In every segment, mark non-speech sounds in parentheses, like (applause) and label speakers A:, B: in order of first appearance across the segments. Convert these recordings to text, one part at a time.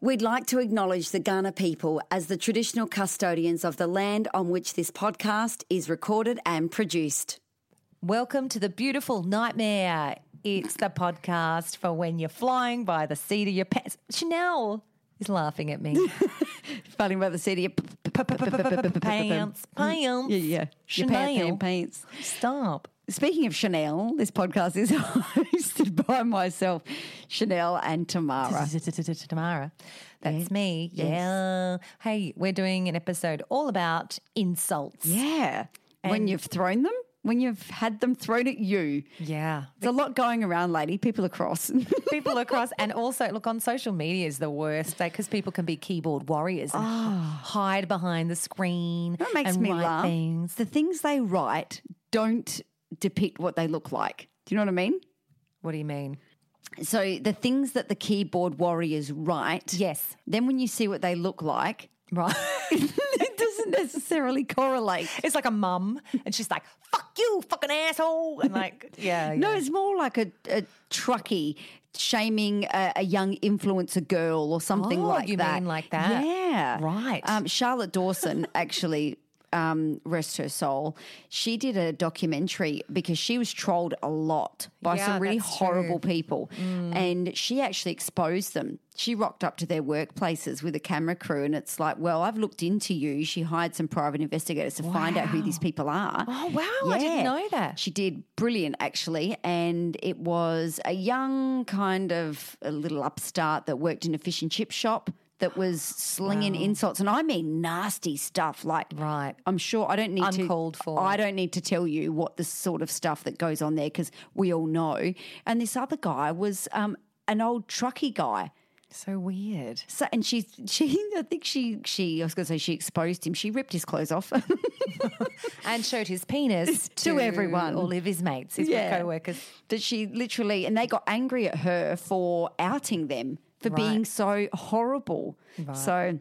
A: We'd like to acknowledge the Ghana people as the traditional custodians of the land on which this podcast is recorded and produced.
B: Welcome to the beautiful nightmare. It's the podcast for when you're flying by the seat of your pants. Chanel is laughing at (laughs) me.
A: Funny about the city of p- p- p- p- p- p- p-
B: (laughs)
A: p-
B: Pants, pants.
A: Yeah, yeah. Your pants,
B: Chanel.
A: pants, pants.
B: Stop.
A: Speaking of Chanel, this podcast is (laughs) hosted by myself, Chanel and Tamara.
B: (laughs) Tamara. That's me. Yeah. Hey, we're doing an episode all about insults.
A: Yeah. when
B: And-
A: you've thrown them, when you've had them thrown at you.
B: Yeah.
A: There's a lot going around, lady. People are (laughs) cross.
B: people across and also look on social media is the worst because people can be keyboard warriors and hide behind the screen
A: That makes
B: and
A: me
B: write
A: laugh.
B: things
A: The things they write don't depict what they look like. Do you know what I mean?
B: what do you mean
A: So the things that the keyboard warriors write,
B: yes
A: then when you see what they look like, (laughs)
B: right (laughs)
A: it doesn't necessarily correlate.
B: it's like a mum and she's like fuck you fucking asshole and like (laughs) yeah,
A: No,
B: yeah.
A: it's more like a, a truckie shaming a, a young influencer girl or something
B: Oh,
A: like
B: you
A: that.
B: mean like that.
A: Yeah.
B: Right.
A: Um, Charlotte Dawson (laughs) actually. Um, rest her soul. She did a documentary because she was trolled a lot by
B: Yeah,
A: some really
B: that's Mm.
A: horrible people, and she actually exposed them. She rocked up to their workplaces with a camera crew, and it's like, well, I've looked into you. She hired some private investigators to find out who these people are.
B: oh wow i didn't
A: Yeah.
B: know that
A: She did brilliant, actually. And it was a young kind of a little upstart that worked in a fish and chip shop that was slinging insults. And I mean nasty stuff like.
B: right
A: I'm sure I don't need to.
B: Uncalled for.
A: I don't need to tell you what the sort of stuff that goes on there because we all know. And this other guy was um, an old truckie guy.
B: so weird
A: So, and she, (laughs) she, I think she, she, I was going to say she exposed him. She ripped his clothes off. (laughs)
B: and showed his penis to,
A: To everyone.
B: all of his mates his
A: Yeah.
B: co-workers
A: that she literally and they got angry at her for outing them for being so horrible so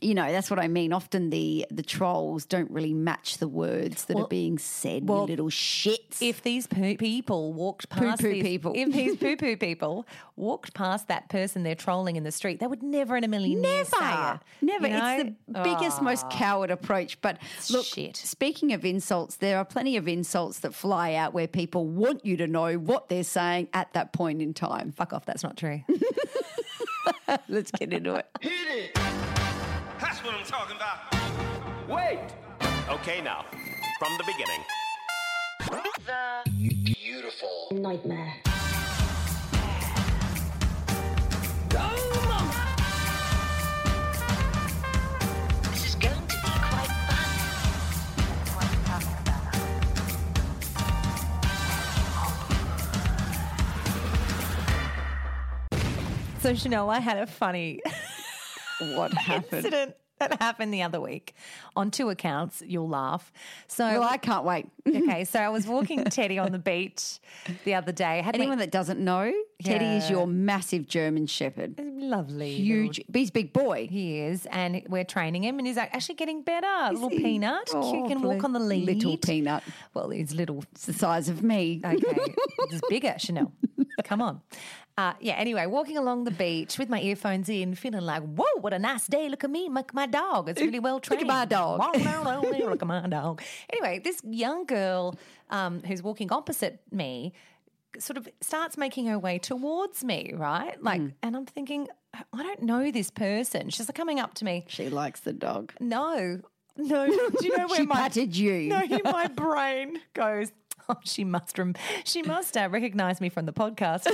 A: you know that's what i mean often the the trolls don't really match the words that are being said you little shits
B: if these poo- people walked past
A: Poo-poo
B: these,
A: people.
B: if (laughs) these poo poo people walked past that person they're trolling in the street, they would never in a million years say
A: Never,
B: it.
A: never.
B: you
A: It's the
B: know?
A: biggest, most
B: Ah.
A: coward approach. But look,
B: shit.
A: speaking of insults, there are plenty of insults that fly out where people want you to know what they're saying at that point in time.
B: Fuck off, that's not true. (laughs)
A: Let's get into it.
C: That's what I'm talking about.
D: Wait! Okay, now, from the beginning.
E: Nightmare. This is going to be quite fun.
B: so Chanel, I had a funny
A: What happened?
B: incident that happened the other week on two accounts. You'll laugh. So
A: Well, I (laughs) can't wait.
B: okay, so I was walking Teddy on the beach the other day. Had
A: Anyone that doesn't know, Teddy is your massive German Shepherd.
B: lovely,
A: Huge. He's a big boy.
B: He is, and we're training him, and he's like, actually getting better. little
A: he?
B: peanut,
A: Oh,
B: cute, can walk
A: bless-
B: on the lead.
A: little peanut.
B: Well, he's little.
A: It's the size of me.
B: Okay, he's bigger, Chanel. Come on. Uh, yeah. Anyway, walking along the beach with my earphones in, feeling like, whoa, what a nice day! Look at me, look at my dog. It's really well
A: at
B: trained.
A: my dog.
B: Wow, wow, wow, look at my dog. Anyway, this young girl um, who's walking opposite me sort of starts making her way towards me, right? Like,
A: Hmm.
B: and I'm thinking, I don't know this person. She's like coming up to me.
A: (laughs) She likes the dog.
B: No,
A: (laughs)
B: no. Do you know where
A: she
B: my
A: patted you. (laughs)
B: no, my brain goes. Oh, she must rem- she must uh, recognize me from the
A: (laughs)
B: podcast.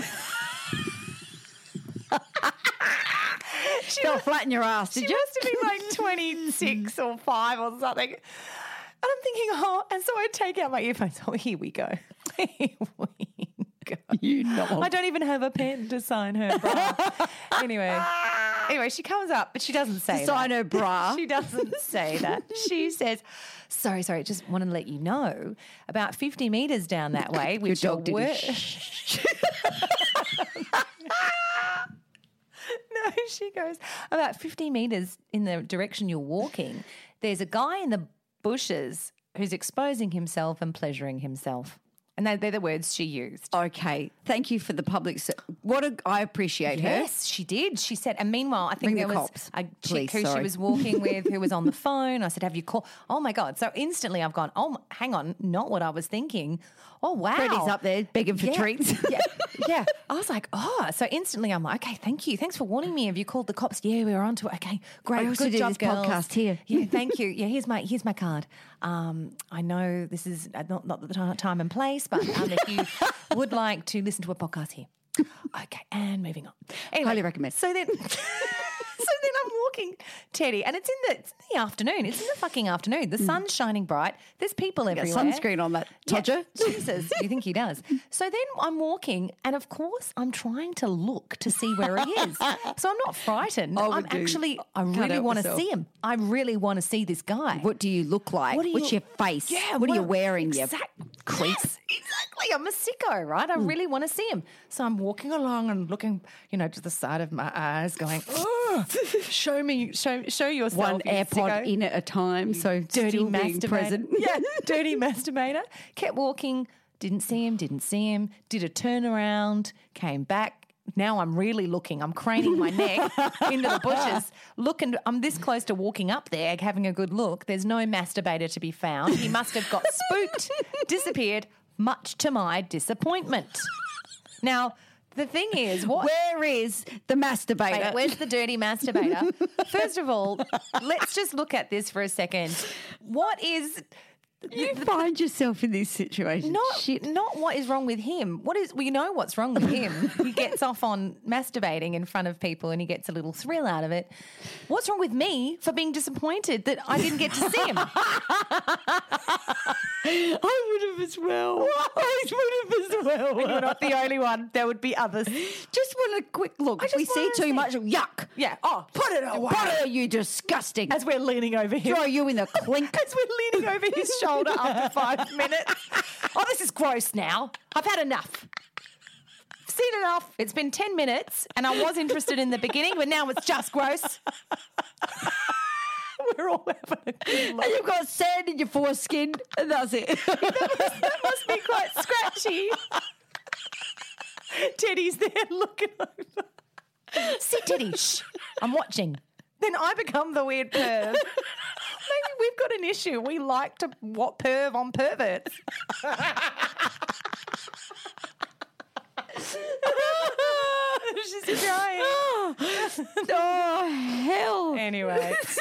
B: (laughs) she,
A: Don't flatten your ass,
B: she
A: did you?
B: must have
A: (laughs)
B: been like twenty six or five or something. And I'm thinking, oh, and so I take out my earphones. (laughs) Oh, here we go. Here we go.
A: You know.
B: I don't even have a pen to sign her.
A: (laughs)
B: bra. anyway, anyway, she comes up, but she doesn't say that.
A: Sign her bra.
B: (laughs) She doesn't say that. She says, "Sorry, sorry, just wanted to let you know about 50 meters down that
A: (laughs)
B: way, which
A: dog did
B: are
A: a
B: wor- (laughs) no." She goes about 50 meters in the direction you're walking. There's a guy in the bushes who's exposing himself and pleasuring himself, and they- they're the words she used.
A: okay. Thank you for the public. ser- what a, I appreciate her.
B: Yes, she did. She said, and meanwhile, I think
A: Ring the
B: there was
A: cops,
B: a
A: please,
B: chick who
A: sorry.
B: she was
A: (laughs)
B: walking with who was on the phone. I said, "Have you called?" Oh my god! So instantly, I've gone, "Oh, m- hang on, not what I was thinking." Oh wow!
A: Freddie's up there begging for
B: Yeah,
A: treats.
B: (laughs)
A: (laughs)
B: yeah, yeah. I was like, "Oh!" So instantly, I'm like, "Okay, thank you. Thanks for warning me. Have you called the cops?" Yeah, we were onto it. Okay, great.
A: I also
B: Good
A: do
B: job,
A: this
B: girls.
A: podcast here.
B: Yeah, thank you. Yeah, here's my here's my card. Um, I know this is not not the ti- time and place, but um, if
A: (laughs)
B: you would like to listen to a podcast here. Okay, and moving on. Anyway,
A: Highly recommend.
B: So then, (laughs) so then I'm walking Teddy, and it's in the it's in the afternoon. It's in the fucking afternoon. The sun's shining bright. There's people
A: Got
B: everywhere.
A: Mm. sunscreen on that
B: Yeah,
A: todger.
B: (laughs) Jesus, you think he does? So then I'm walking, and of course I'm trying to look to see where he
A: (laughs)
B: is. So I'm not frightened.
A: I would
B: I'm
A: do.
B: actually, I
A: Can't
B: really
A: help
B: want to
A: myself.
B: see him. I really want to see this guy.
A: What do you look like?
B: What are
A: What's
B: you-
A: your face?
B: Yeah,
A: What, are you wearing?
B: exact-
A: you creep. Hmm.
B: Yes, exactly. I'm a sicko, right? I really want to see him. So I'm walking along and looking, you know, to the side of my eyes, going,
A: (laughs)
B: "Ugh, show me, show, show yourself.
A: One
B: you
A: AirPod
B: sicko."
A: in at a time, so
B: dirty
A: still being
B: masturbator.
A: present.
B: (laughs) Yeah,
A: (laughs)
B: dirty masturbator. Kept walking, didn't see him, didn't see him, did a turnaround, came back. Now I'm really looking. I'm craning my
A: (laughs)
B: neck into the bushes, looking. I'm this close to walking up there, having a good look. There's no masturbator to be found. He must have got
A: (laughs)
B: spooked, disappeared, much to my disappointment. Now, the thing is, what
A: Where is the masturbator?
B: Wait, where's the dirty masturbator?
A: (laughs)
B: First of all, let's just look at this for a second. What is
A: you find yourself in this situation.
B: not
A: Shit.
B: not what is wrong with him? What is we know what's wrong with him? he gets off on masturbating in front of people and he gets a little thrill out of it. What's wrong with me for being disappointed that I didn't get to see him?
A: (laughs) I would have as well.
B: (laughs)
A: I would have as well.
B: You're not the only one. There would be others.
A: Just want a quick look.
B: I
A: If we
B: just
A: see
B: wanna
A: too
B: see.
A: much, yuck.
B: Yeah. Oh,
A: Put it away. Put it, you disgusting.
B: as we're leaning over him.
A: Throw you in the (laughs) clink.
B: As we're leaning over his shoulder after five minutes. Oh, this is gross now. I've had enough. Seen enough. It's been 10 minutes and I was interested in the beginning, but now it's just gross. (laughs) we're all having a good
A: and you've got sand in your foreskin, and that's it.
B: (laughs) That must be quite scratchy. Teddy's there looking over. See, Teddy, shh, I'm watching. Then I become the weird perv. Maybe we've got an issue. We like to what perv on perverts. (laughs) She's (gasps) crying.
A: oh hell!
B: Anyway, so (laughs)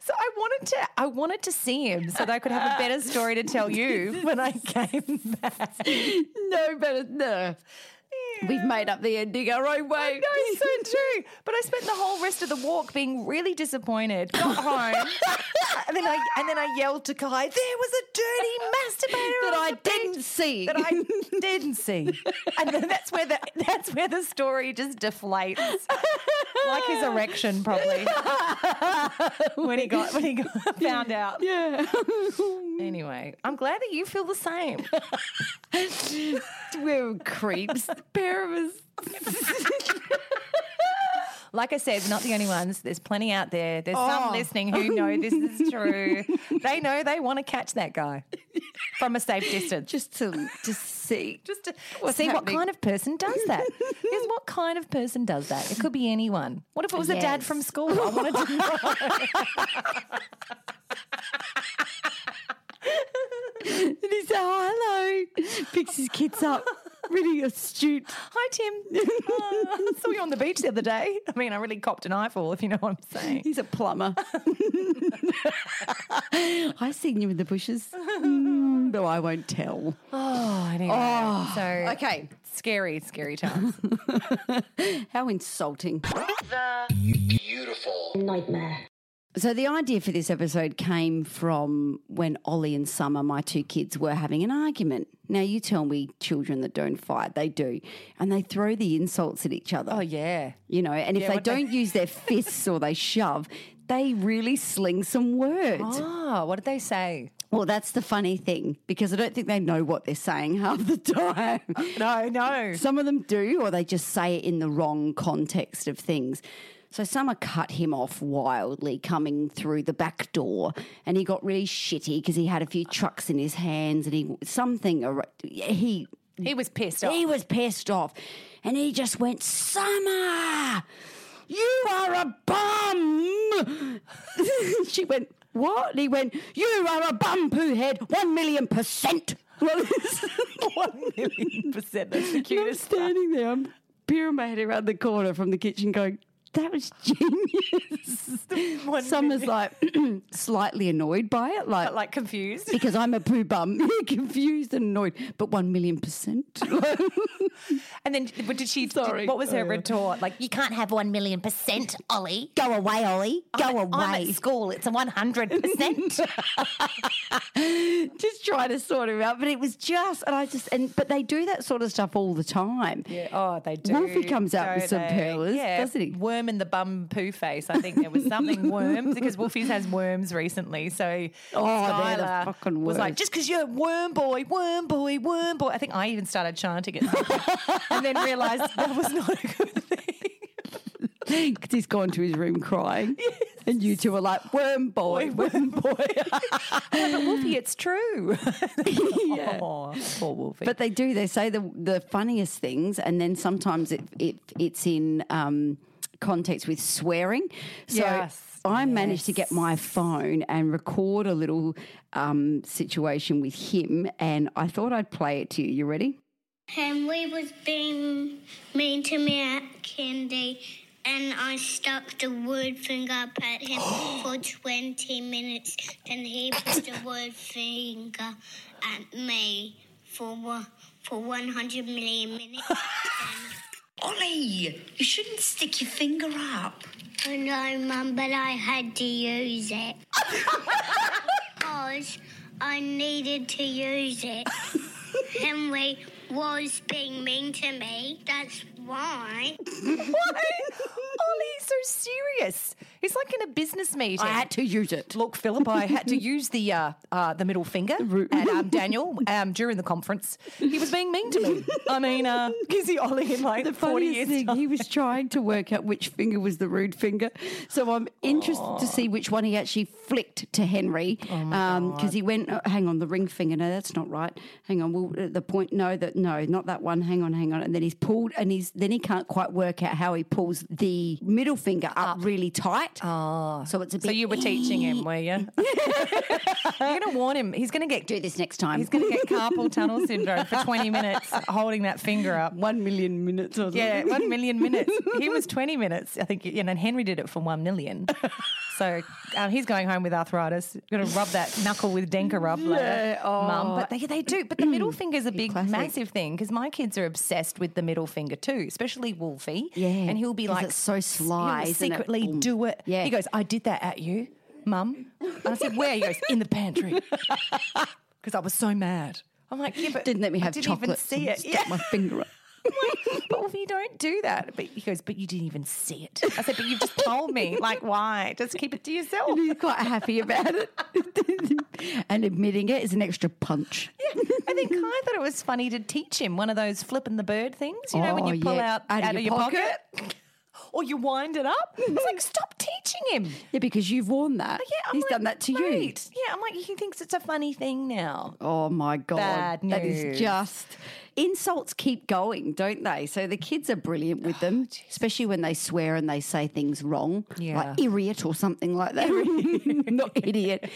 B: so I wanted to I wanted to see him so that I could have a better (laughs) story to tell you when I came back.
A: No better. No. We've made up the ending our own way.
B: No, it's so
A: (laughs)
B: (laughs) true. But I spent the whole rest of the walk being really disappointed. (laughs) Got home, and then I and then I yelled to Kai, "There was a (laughs) dirty masturbator
A: That
B: on
A: I
B: the beach
A: didn't see."
B: That (laughs) I didn't see." And then that's where the that's where the story just deflates, like his erection, (laughs) probably when he got when he (laughs) got, found out. Yeah. (laughs) Anyway, I'm glad that you feel the (laughs) same.
A: We're creeps. pair of us.
B: (laughs) Like I said, not the only ones. There's plenty out there. There's
A: Oh.
B: some listening who know this is
A: (laughs)
B: true. they know they want to catch that guy from a safe distance. Just,
A: (laughs) Just to just see.
B: just to
A: What's
B: see what
A: happening?
B: kind of person does
A: (laughs)
B: that. Because what kind of person does that? It could be anyone. What if it was a dad
A: Yes.
B: from school? I wanted to (laughs) know.
A: (laughs) And he said, oh, hello. Picks his kids up. Really astute.
B: Hi,
A: (laughs)
B: Tim. Oh, I saw you on the beach the other day. I mean, I really copped an eyeful, if you know what I'm saying.
A: He's a plumber. (laughs) I seen you in the (laughs) bushes. Mm, though I won't tell.
B: Oh,
A: Ah.
B: anyway. so
A: Okay.
B: scary, scary times.
A: How insulting.
F: Beautiful.
A: So the idea for this episode came from when Ollie and Summer, my two kids, were having an argument. Now you tell me children that don't fight, they do. And they throw the insults at each other.
B: Oh yeah.
A: You know, and if they
B: what they-
A: don't
B: (laughs)
A: use their fists or they shove, they really sling some words.
B: Oh, what did they say?
A: Well, that's the funny thing because I don't think they know what they're saying half the time.
B: (laughs) No, no.
A: Some of them do, or they just say it in the wrong context of things. So Summer cut him off wildly coming through the back door, and he got really shitty because he had a few trucks in his hands, and he something ar- he
B: He was (laughs) pissed off.
A: he was pissed off, and he just went Summer, you are a bum. (laughs) she went what? And he went you are a bum poo head, one million percent. (laughs)
B: One million percent. That's the
A: And I'm
B: cutest.
A: standing there. I'm peering my head around the corner from the kitchen, going, "That was genius." Summer's like (clears throat) slightly annoyed by it, like (laughs)
B: Like confused.
A: because I'm a poo bum, (laughs) confused and annoyed, but one million percent. (laughs)
B: And then but did she?
A: Sorry.
B: what was her
A: Oh, yeah.
B: retort? Like you can't have one
E: (laughs)
B: million percent, Ollie. Go away, Ollie. Go I'm
A: away.
B: at school. It's a one hundred
E: (laughs)
B: percent.
A: (laughs) just trying to sort him out, but it was just, and I just, and but they do that sort of stuff all the time.
B: Oh, they do.
A: Wolfie comes out
B: don't
A: with some
B: they?
A: pearlers,
B: yeah.
A: doesn't he?
B: Worm in the bum poo face. I think there was (laughs) something worms because Wolfie's has worms recently. So
A: Oh, they're the
B: Skylar
A: fucking
B: was like,
A: worst.
B: just because you're a worm boy, worm boy, worm boy. I think I even started chanting it, (laughs) some point and then
A: (laughs)
B: realised that was not a good (laughs) thing.
A: Because he's gone to his room (laughs) crying, and you two are like, "Worm boy, worm (laughs) boy."
B: Oh, but Wolfie, it's (laughs) true.
A: yeah.
B: Oh, poor Wolfie.
A: But they do. They say the the funniest things, and then sometimes it, it it's in um, context with swearing. So
B: Yes.
A: I managed to get my phone and record a little um, situation with him, and I thought I'd play it to you. You ready?
F: Henry was being mean to me at Candy, and I stuck the wood thing up
E: (gasps)
F: at him for 20 minutes. Then he put the wood finger at me for one, for 100 million minutes.
E: (laughs) Ollie, you shouldn't stick your finger
A: (laughs)
E: up.
F: I know, Mum, but I had to use it. because I needed to use it. Henry was being mean to me. That's why.
B: Ollie's so serious. It's like in a business meeting.
A: I had to use it.
B: Look, Philip, I had (laughs) to use the uh, uh, the middle finger at um, (laughs) Daniel um, during the conference. He was being mean to me. I mean, uh, is he Ollie in like (laughs)
A: The
B: 40
A: funniest
B: years?
A: thing,
B: time?
A: he
B: (laughs)
A: was trying to work out which finger was the rude finger. So I'm interested to see which one he actually flicked to Henry.
B: Oh
A: Because he went, oh, hang on, the ring finger. No, that's not right. Hang on, well, uh, the point. No, that no, not that one. Hang on, hang on. And then he's pulled, and he's then he can't quite work out how he pulls the middle finger up, really tight. Oh, so it's a bit.
B: So you were teaching him, (laughs) were you? You're going to warn him. He's going to get
A: (laughs) Do this next time.
B: He's going to get carpal tunnel syndrome for 20 minutes holding that finger up.
A: one million minutes or something. (laughs)
B: Yeah, one million minutes. He was 20 minutes, I think, and then Henry did it for one million. So um, he's going home with arthritis. Going to rub that knuckle with Denka rub later, mum. But they, they do. But the
A: (clears throat)
B: middle finger's a big, massive thing because my kids are obsessed with the middle finger too, especially Wolfie.
A: Yeah,
B: and he'll be
A: 'cause
B: like
A: it's so sly,
B: He'll
A: isn't it?
B: secretly
A: Boom.
B: do it.
A: Yeah.
B: he goes, "I did that at you, mum." And I said, "Where?" He goes, "In the
A: (laughs)
B: pantry," because I was so mad. I'm like, "Yeah, but
A: (laughs) Didn't let me
B: I
A: have
B: didn't
A: chocolate.
B: Even see it.
A: Stick
B: Yeah.
A: my finger
B: (laughs)
A: up.
B: but Wolfie, you don't do that. But he goes, but you didn't even see it. I said, but you've just told
A: (laughs)
B: me. Like, why? Just keep it to yourself.
A: He's quite happy about it. (laughs) and admitting it is an extra punch.
B: I
A: (laughs)
B: think Kai thought it was funny to teach him one of those flipping the bird things, you know, when
A: Oh,
B: you pull
A: yeah.
B: out, out, of your, pocket. or you wind it
A: (laughs)
B: up. It's like, stop teaching him.
A: Yeah, because you've worn that.
B: Oh, Yeah, I'm
A: He's
B: like,
A: done that to you.
B: "Mate." Yeah, I'm like, he thinks it's a funny thing now.
A: Oh my God.
B: Bad
A: That is
B: news.
A: just. Insults keep going, don't they? So the kids are brilliant with them, especially when they swear and they say things wrong,
B: Oh, Yeah.
A: like idiot or something like that. (laughs)
B: (laughs)
A: Not idiot.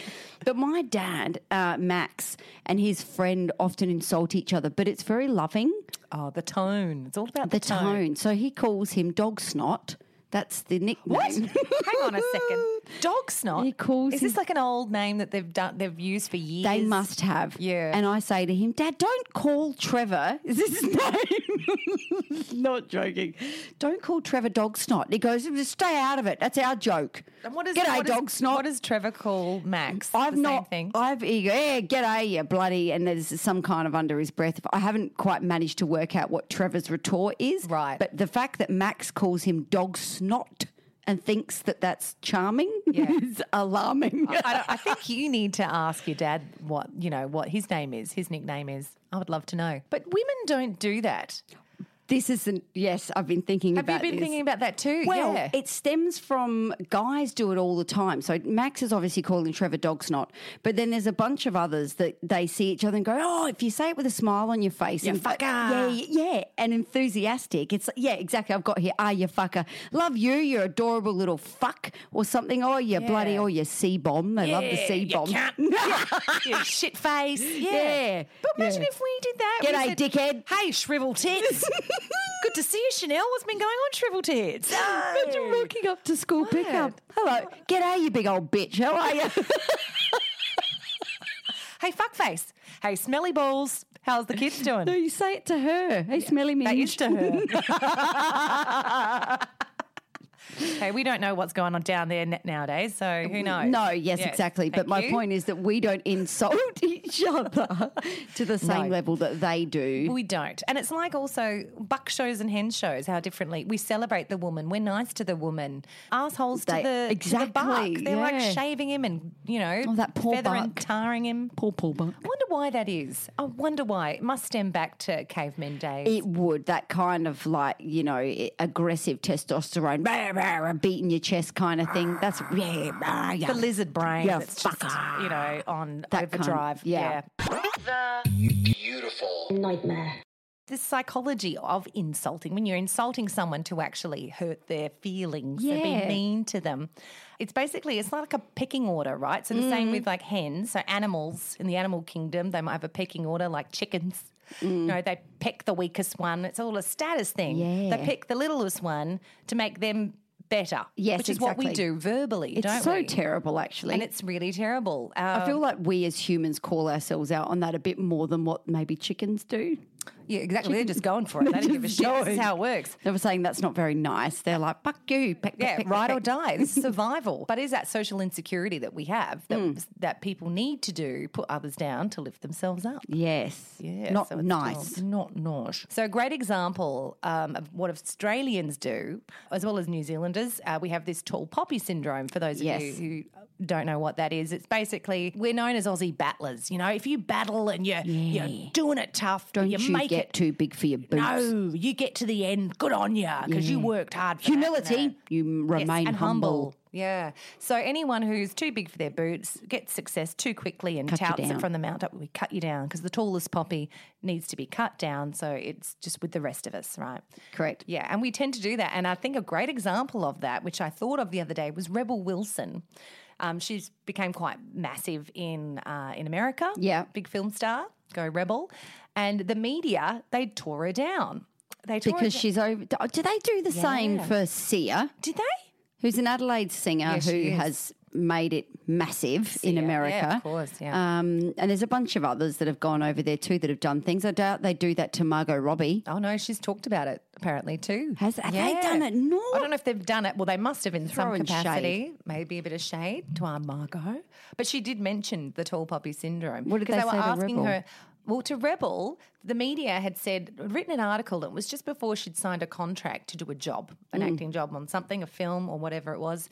A: But my dad, uh, Max, and his friend often insult each other, but it's very loving,
B: Oh, the tone. It's all about
A: the tone. So he calls him Dog Snot. That's the nickname.
B: What? Hang on a second. Dog snot.
A: He calls
B: Is this
A: his-
B: like an old name that they've done? They've used for years.
A: (laughs) They must have.
B: Yeah.
A: And I say to him, Dad, don't call Trevor. (laughs) Is this his name? (laughs) Not joking. Don't call Trevor dog snot. He goes, just stay out of it. That's our joke.
B: And what is
A: G'day,
B: what is-
A: dog snot.
B: What does Trevor call Max?
A: I've
B: the
A: not.
B: Same thing.
A: I've eh, yeah, g'day, you bloody, and there's some kind of under his breath. I haven't quite managed to work out what Trevor's retort is.
B: Right.
A: But the fact that Max calls him dog snot and thinks that that's charming (laughs) is alarming.
B: (laughs) I, don't- I think you need to ask your dad what you know what his name is, his nickname is. I would love to know. But women don't do that.
A: (laughs) this isn't. Yes, I've been thinking
B: Have
A: about.
B: you been
A: this.
B: thinking about that too?
A: Well,
B: yeah.
A: it stems from guys do it all the time. So Max is obviously calling Trevor dog snot, but then there's a bunch of others that they see each other and go, "Oh, if you say it with a smile on your face, and
B: fucker."
A: yeah, yeah, yeah, and enthusiastic, it's like, yeah, exactly. I've got here, ah, you fucker, love you, you're adorable little fuck, or something. Oh, you bloody, oh, you c bomb. They love the
B: Yeah,
A: c bomb.
B: You can't.
A: (laughs)
B: you shit face. Yeah.
A: Yeah.
B: But imagine
A: Yeah.
B: if we did that. we
A: G'day,
B: said,
A: dickhead.
B: Hey, shrivel
A: (laughs)
B: tits. Good to see you, Chanel. What's been going on, shrivel tits? (laughs)
A: Imagine walking Oh, up to school pickup. Hello, g'day, you big old bitch. How are (laughs) you?
B: Hey, fuckface. Hey, smelly balls. How's the kids doing?
A: (laughs) no, you say it to her. Hey, smelly me.
B: That is to her. (laughs) hey, we don't know what's going on down there n- nowadays, so who knows?
A: (laughs) No, yes, exactly. But
B: Thank
A: my
B: you.
A: point is that we don't (laughs) insult each other to the same level that they do.
B: We don't. And it's like also buck shows and hen shows, how differently we celebrate the woman. We're nice to the woman. Assholes
A: They-
B: to the
A: exactly,
B: to the buck. They're like
A: yeah.
B: shaving him and, you know,
A: Oh, that poor
B: feather and
A: buck.
B: tarring him.
A: Poor Paul Buck.
B: I wonder why that is. I wonder why. It must stem back to cavemen days.
A: It would, that kind of like, you know, i- aggressive testosterone, rah, rah, rah, beating your chest kind of thing. That's, yeah, rah, yeah.
B: the lizard brain
A: Yeah,
B: that's just,
A: fucker.
B: you know, on
A: That kind-
B: overdrive.
A: yeah.
B: the psychology of insulting when you're insulting someone to actually hurt their feelings and
A: Yeah.
B: be mean to them it's basically it's like a pecking order right so the
A: Mm.
B: same with like hens so animals in the animal kingdom they might have a pecking order like chickens
A: Mm.
B: you know they pick the weakest one it's all a status thing
A: Yeah.
B: they pick the littlest one to make them better
A: Yes,
B: which is what we
A: exactly.
B: do verbally
A: it's
B: don't
A: so
B: we
A: terrible, actually.
B: and it's really terrible um,
A: I feel like we as humans call ourselves out on that a bit more than what maybe chickens do.
B: yeah exactly they're just going for it they don't give a
A: (laughs) Just
B: shit this is
A: going.
B: how it works
A: They were saying that's not very nice. They're like, fuck you. peck, peck,
B: Yeah,
A: peck, peck,
B: ride or
A: peck.
B: die.
A: (laughs)
B: It's survival. but is that social insecurity that we have that,
A: Mm.
B: that people need to do put others down to lift themselves up?
A: Yes.
B: Yeah,
A: Not
B: so it's
A: nice.
B: Not, not nice. So, a great example um, of what Australians do, as well as New Zealanders, uh, we have this tall poppy syndrome. For those of
A: Yes.
B: you who don't know what that is, it's basically we're known as Aussie battlers. You know, if you battle and you're, you're doing it tough,
A: Don't
B: you,
A: you,
B: make
A: get
B: it.
A: too big for your boots.
B: no, you get to the end. Good on you, because you worked hard. For that, you know.
A: Humility. You m-
B: Yes,
A: remain humble.
B: Yeah. So anyone who's too big for their boots gets success too quickly and
A: Cut you
B: touts
A: down.
B: it from the mountain. We cut you down because the tallest poppy needs to be cut down. So it's just with the rest of us, right?
A: Correct.
B: Yeah, and we tend to do that. And I think a great example of that, which I thought of the other day, was Rebel Wilson. Um, she's became quite massive in uh, in America.
A: Yeah.
B: big film star. Go Rebel, and the media they tore her down. They tore her
A: Because
B: down.
A: she's over. Do they do the same for Sia?
B: did they?
A: who's an Adelaide singer
B: Yes,
A: who
B: she is.
A: has made it massive in
B: Yeah, yeah, of
A: America.
B: course, yeah.
A: Um, and there's a bunch of others that have gone over there too that have done things. I doubt they do that to Margot Robbie.
B: Oh no, she's talked about it apparently too.
A: Has- have they done it? No.
B: I don't know if they've done it. Well, they must have in some
A: Throwing shade.
B: capacity. Maybe a bit of shade to our Margot, but she did mention the tall poppy syndrome.
A: What did
B: 'Cause
A: they
B: were
A: say to
B: asking
A: Rebel?
B: her? Well, to Rebel, the media had said written an article. It was just before she'd signed a contract to do a job, an
A: Mm.
B: acting job on something, a film or whatever it was.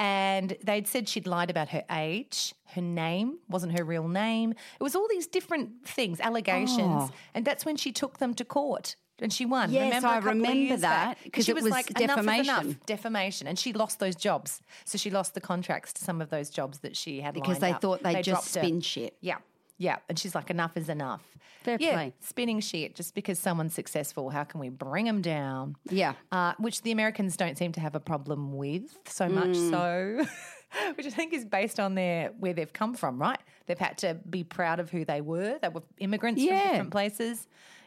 B: And they'd said she'd lied about her age, her name wasn't her real name. It was all these different things, allegations, and that's when she took them to court. And she won.
A: Oh. Yes,
B: remember a
A: I
B: couple of
A: remember
B: years back?
A: that, 'cause
B: she
A: it was
B: like, "Enough is
A: defamation."
B: enough, defamation, and she lost those jobs. So she lost the contracts to some of those jobs that she had lined
A: Because they
B: up.
A: thought they'd just
B: dropped her.
A: spin shit.
B: Yeah, yeah, and she's like, "Enough is enough."
A: Fair
B: yeah,
A: play.
B: Spinning shit just because someone's successful, how can we bring them down?
A: Yeah.
B: uh, which the Americans don't seem to have a problem with so much.
A: Mm.
B: So, (laughs) which I think is based on their where they've come from, right? They've had to be proud of who they were. They were immigrants
A: Yeah.
B: from different places.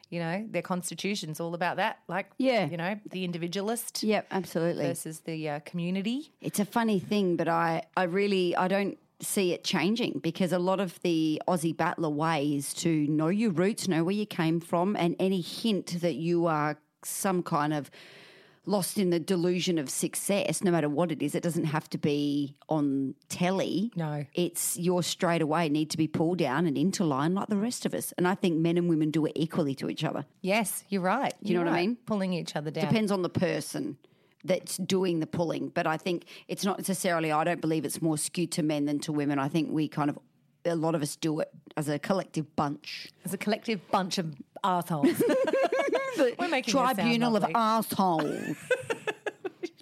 B: You know, their constitution's all about that. Like,
A: Yeah.
B: you know, the individualist
A: Yep, absolutely.
B: versus the uh, community.
A: It's a funny thing, but I, I really I don't see it changing because a lot of the Aussie battler way is to know your roots, know where you came from, and any hint that you are some kind of lost in the delusion of success, no matter what it is, it doesn't have to be on telly.
B: No.
A: It's your straight away need to be pulled down and into line like the rest of us. And I think men and women do it equally to each other.
B: Yes, you're right.
A: You know
B: You're
A: what I
B: right.
A: mean?
B: Pulling each other down.
A: depends on the person that's doing the pulling. But I think it's not necessarily, I don't believe it's more skewed to men than to women. I think we kind of, a lot of us do it as a collective bunch.
B: There's a collective bunch of arseholes. We're making it sound
A: Tribunal of
B: lovely. (laughs)
A: arseholes.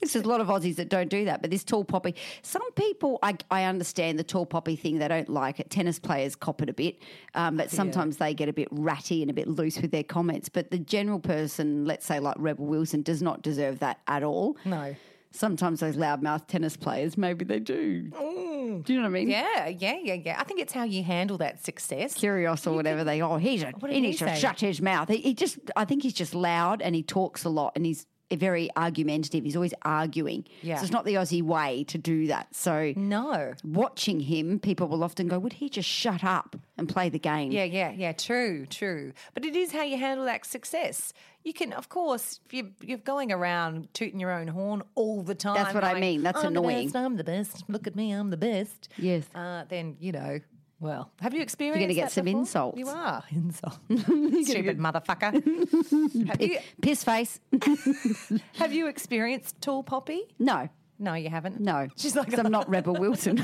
A: There's a lot of Aussies that don't do that, but this tall poppy. Some people, I, I understand the tall poppy thing; they don't like it. Tennis players cop it a bit, um, but sometimes they get a bit ratty and a bit loose with their comments. But the general person, let's say like Rebel Wilson, does not deserve that at all.
B: No.
A: Sometimes those loudmouth tennis players, maybe they do.
B: Mm.
A: Do you know what I mean?
B: Yeah, yeah, yeah, yeah. I think it's how you handle that success.
A: Curious or whatever they are. He's a,
B: did
A: he
B: he
A: needs to
B: say?
A: shut his mouth. He, he just, I think he's just loud and he talks a lot and he's very argumentative. He's always arguing.
B: Yeah. Mm.
A: So it's not the Aussie way to do that. So
B: No.
A: watching him, people will often go, would he just shut up and play the game?
B: Yeah, yeah, yeah. True, true. But it is how you handle that success. You can, of course, if you, you're going around tooting your own horn all the time.
A: what I
B: going,
A: mean. That's
B: I'm
A: annoying.
B: The best, I'm the best. Look at me, I'm the best.
A: Yes.
B: Uh, then you know. Well, have you experienced?
A: get
B: that
A: some
B: before?
A: insults.
B: You are (laughs)
A: (laughs)
B: insult. Stupid motherfucker. have, you,
A: Piss face.
B: have you experienced tall poppy?
A: no,
B: No, you haven't.
A: no.
B: She's like, "Oh,
A: 'Cause I'm
B: (laughs)
A: not Rebel Wilson.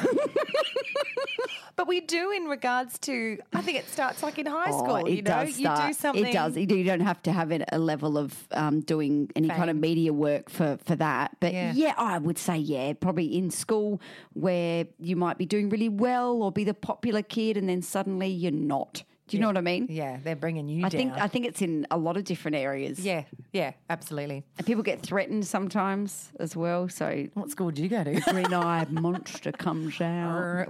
B: But we do in regards to, I think it starts like in high school.
A: Oh,
B: you know, you do something.
A: It does. You do- you don't have to have it- a level of um, doing any kind of media work for for that. But
B: Yeah.
A: yeah. I would say yeah, probably in school where you might be doing really well or be the popular kid, and then suddenly you're not. Do you know what I mean?
B: Yeah, they're bringing you
A: I
B: down.
A: think I think it's in a lot of different areas.
B: yeah, yeah, absolutely.
A: and people get threatened sometimes as well. So
B: What school do you go to?
A: green-eyed monster comes out.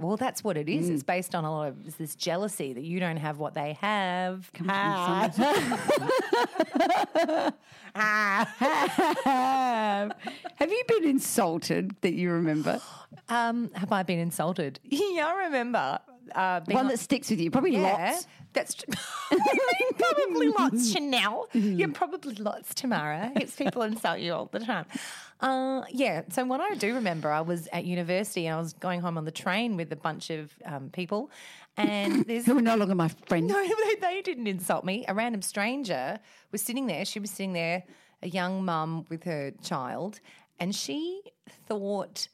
B: (laughs) well, that's what it is. It's based on a lot of it's this jealousy that you don't have what they have. Ah.
A: (laughs) Have you been insulted that you remember?
B: Um, have I been insulted? (laughs) yeah, I remember. Uh, being
A: (gasps) One
B: on-
A: that sticks with you, probably
B: yeah,
A: lots.
B: That's
A: (laughs)
B: tr- (laughs) probably lots, Chanel. You're probably lots, Tamara. It's people insult you all the time. Uh, yeah. So what I do remember, I was at university and I was going home on the train with a bunch of um, people, and there's
A: (laughs) Who are no longer my friends.
B: No, (laughs) they, they didn't insult me. A random stranger was sitting there. She was sitting there, a young mum with her child, and she thought.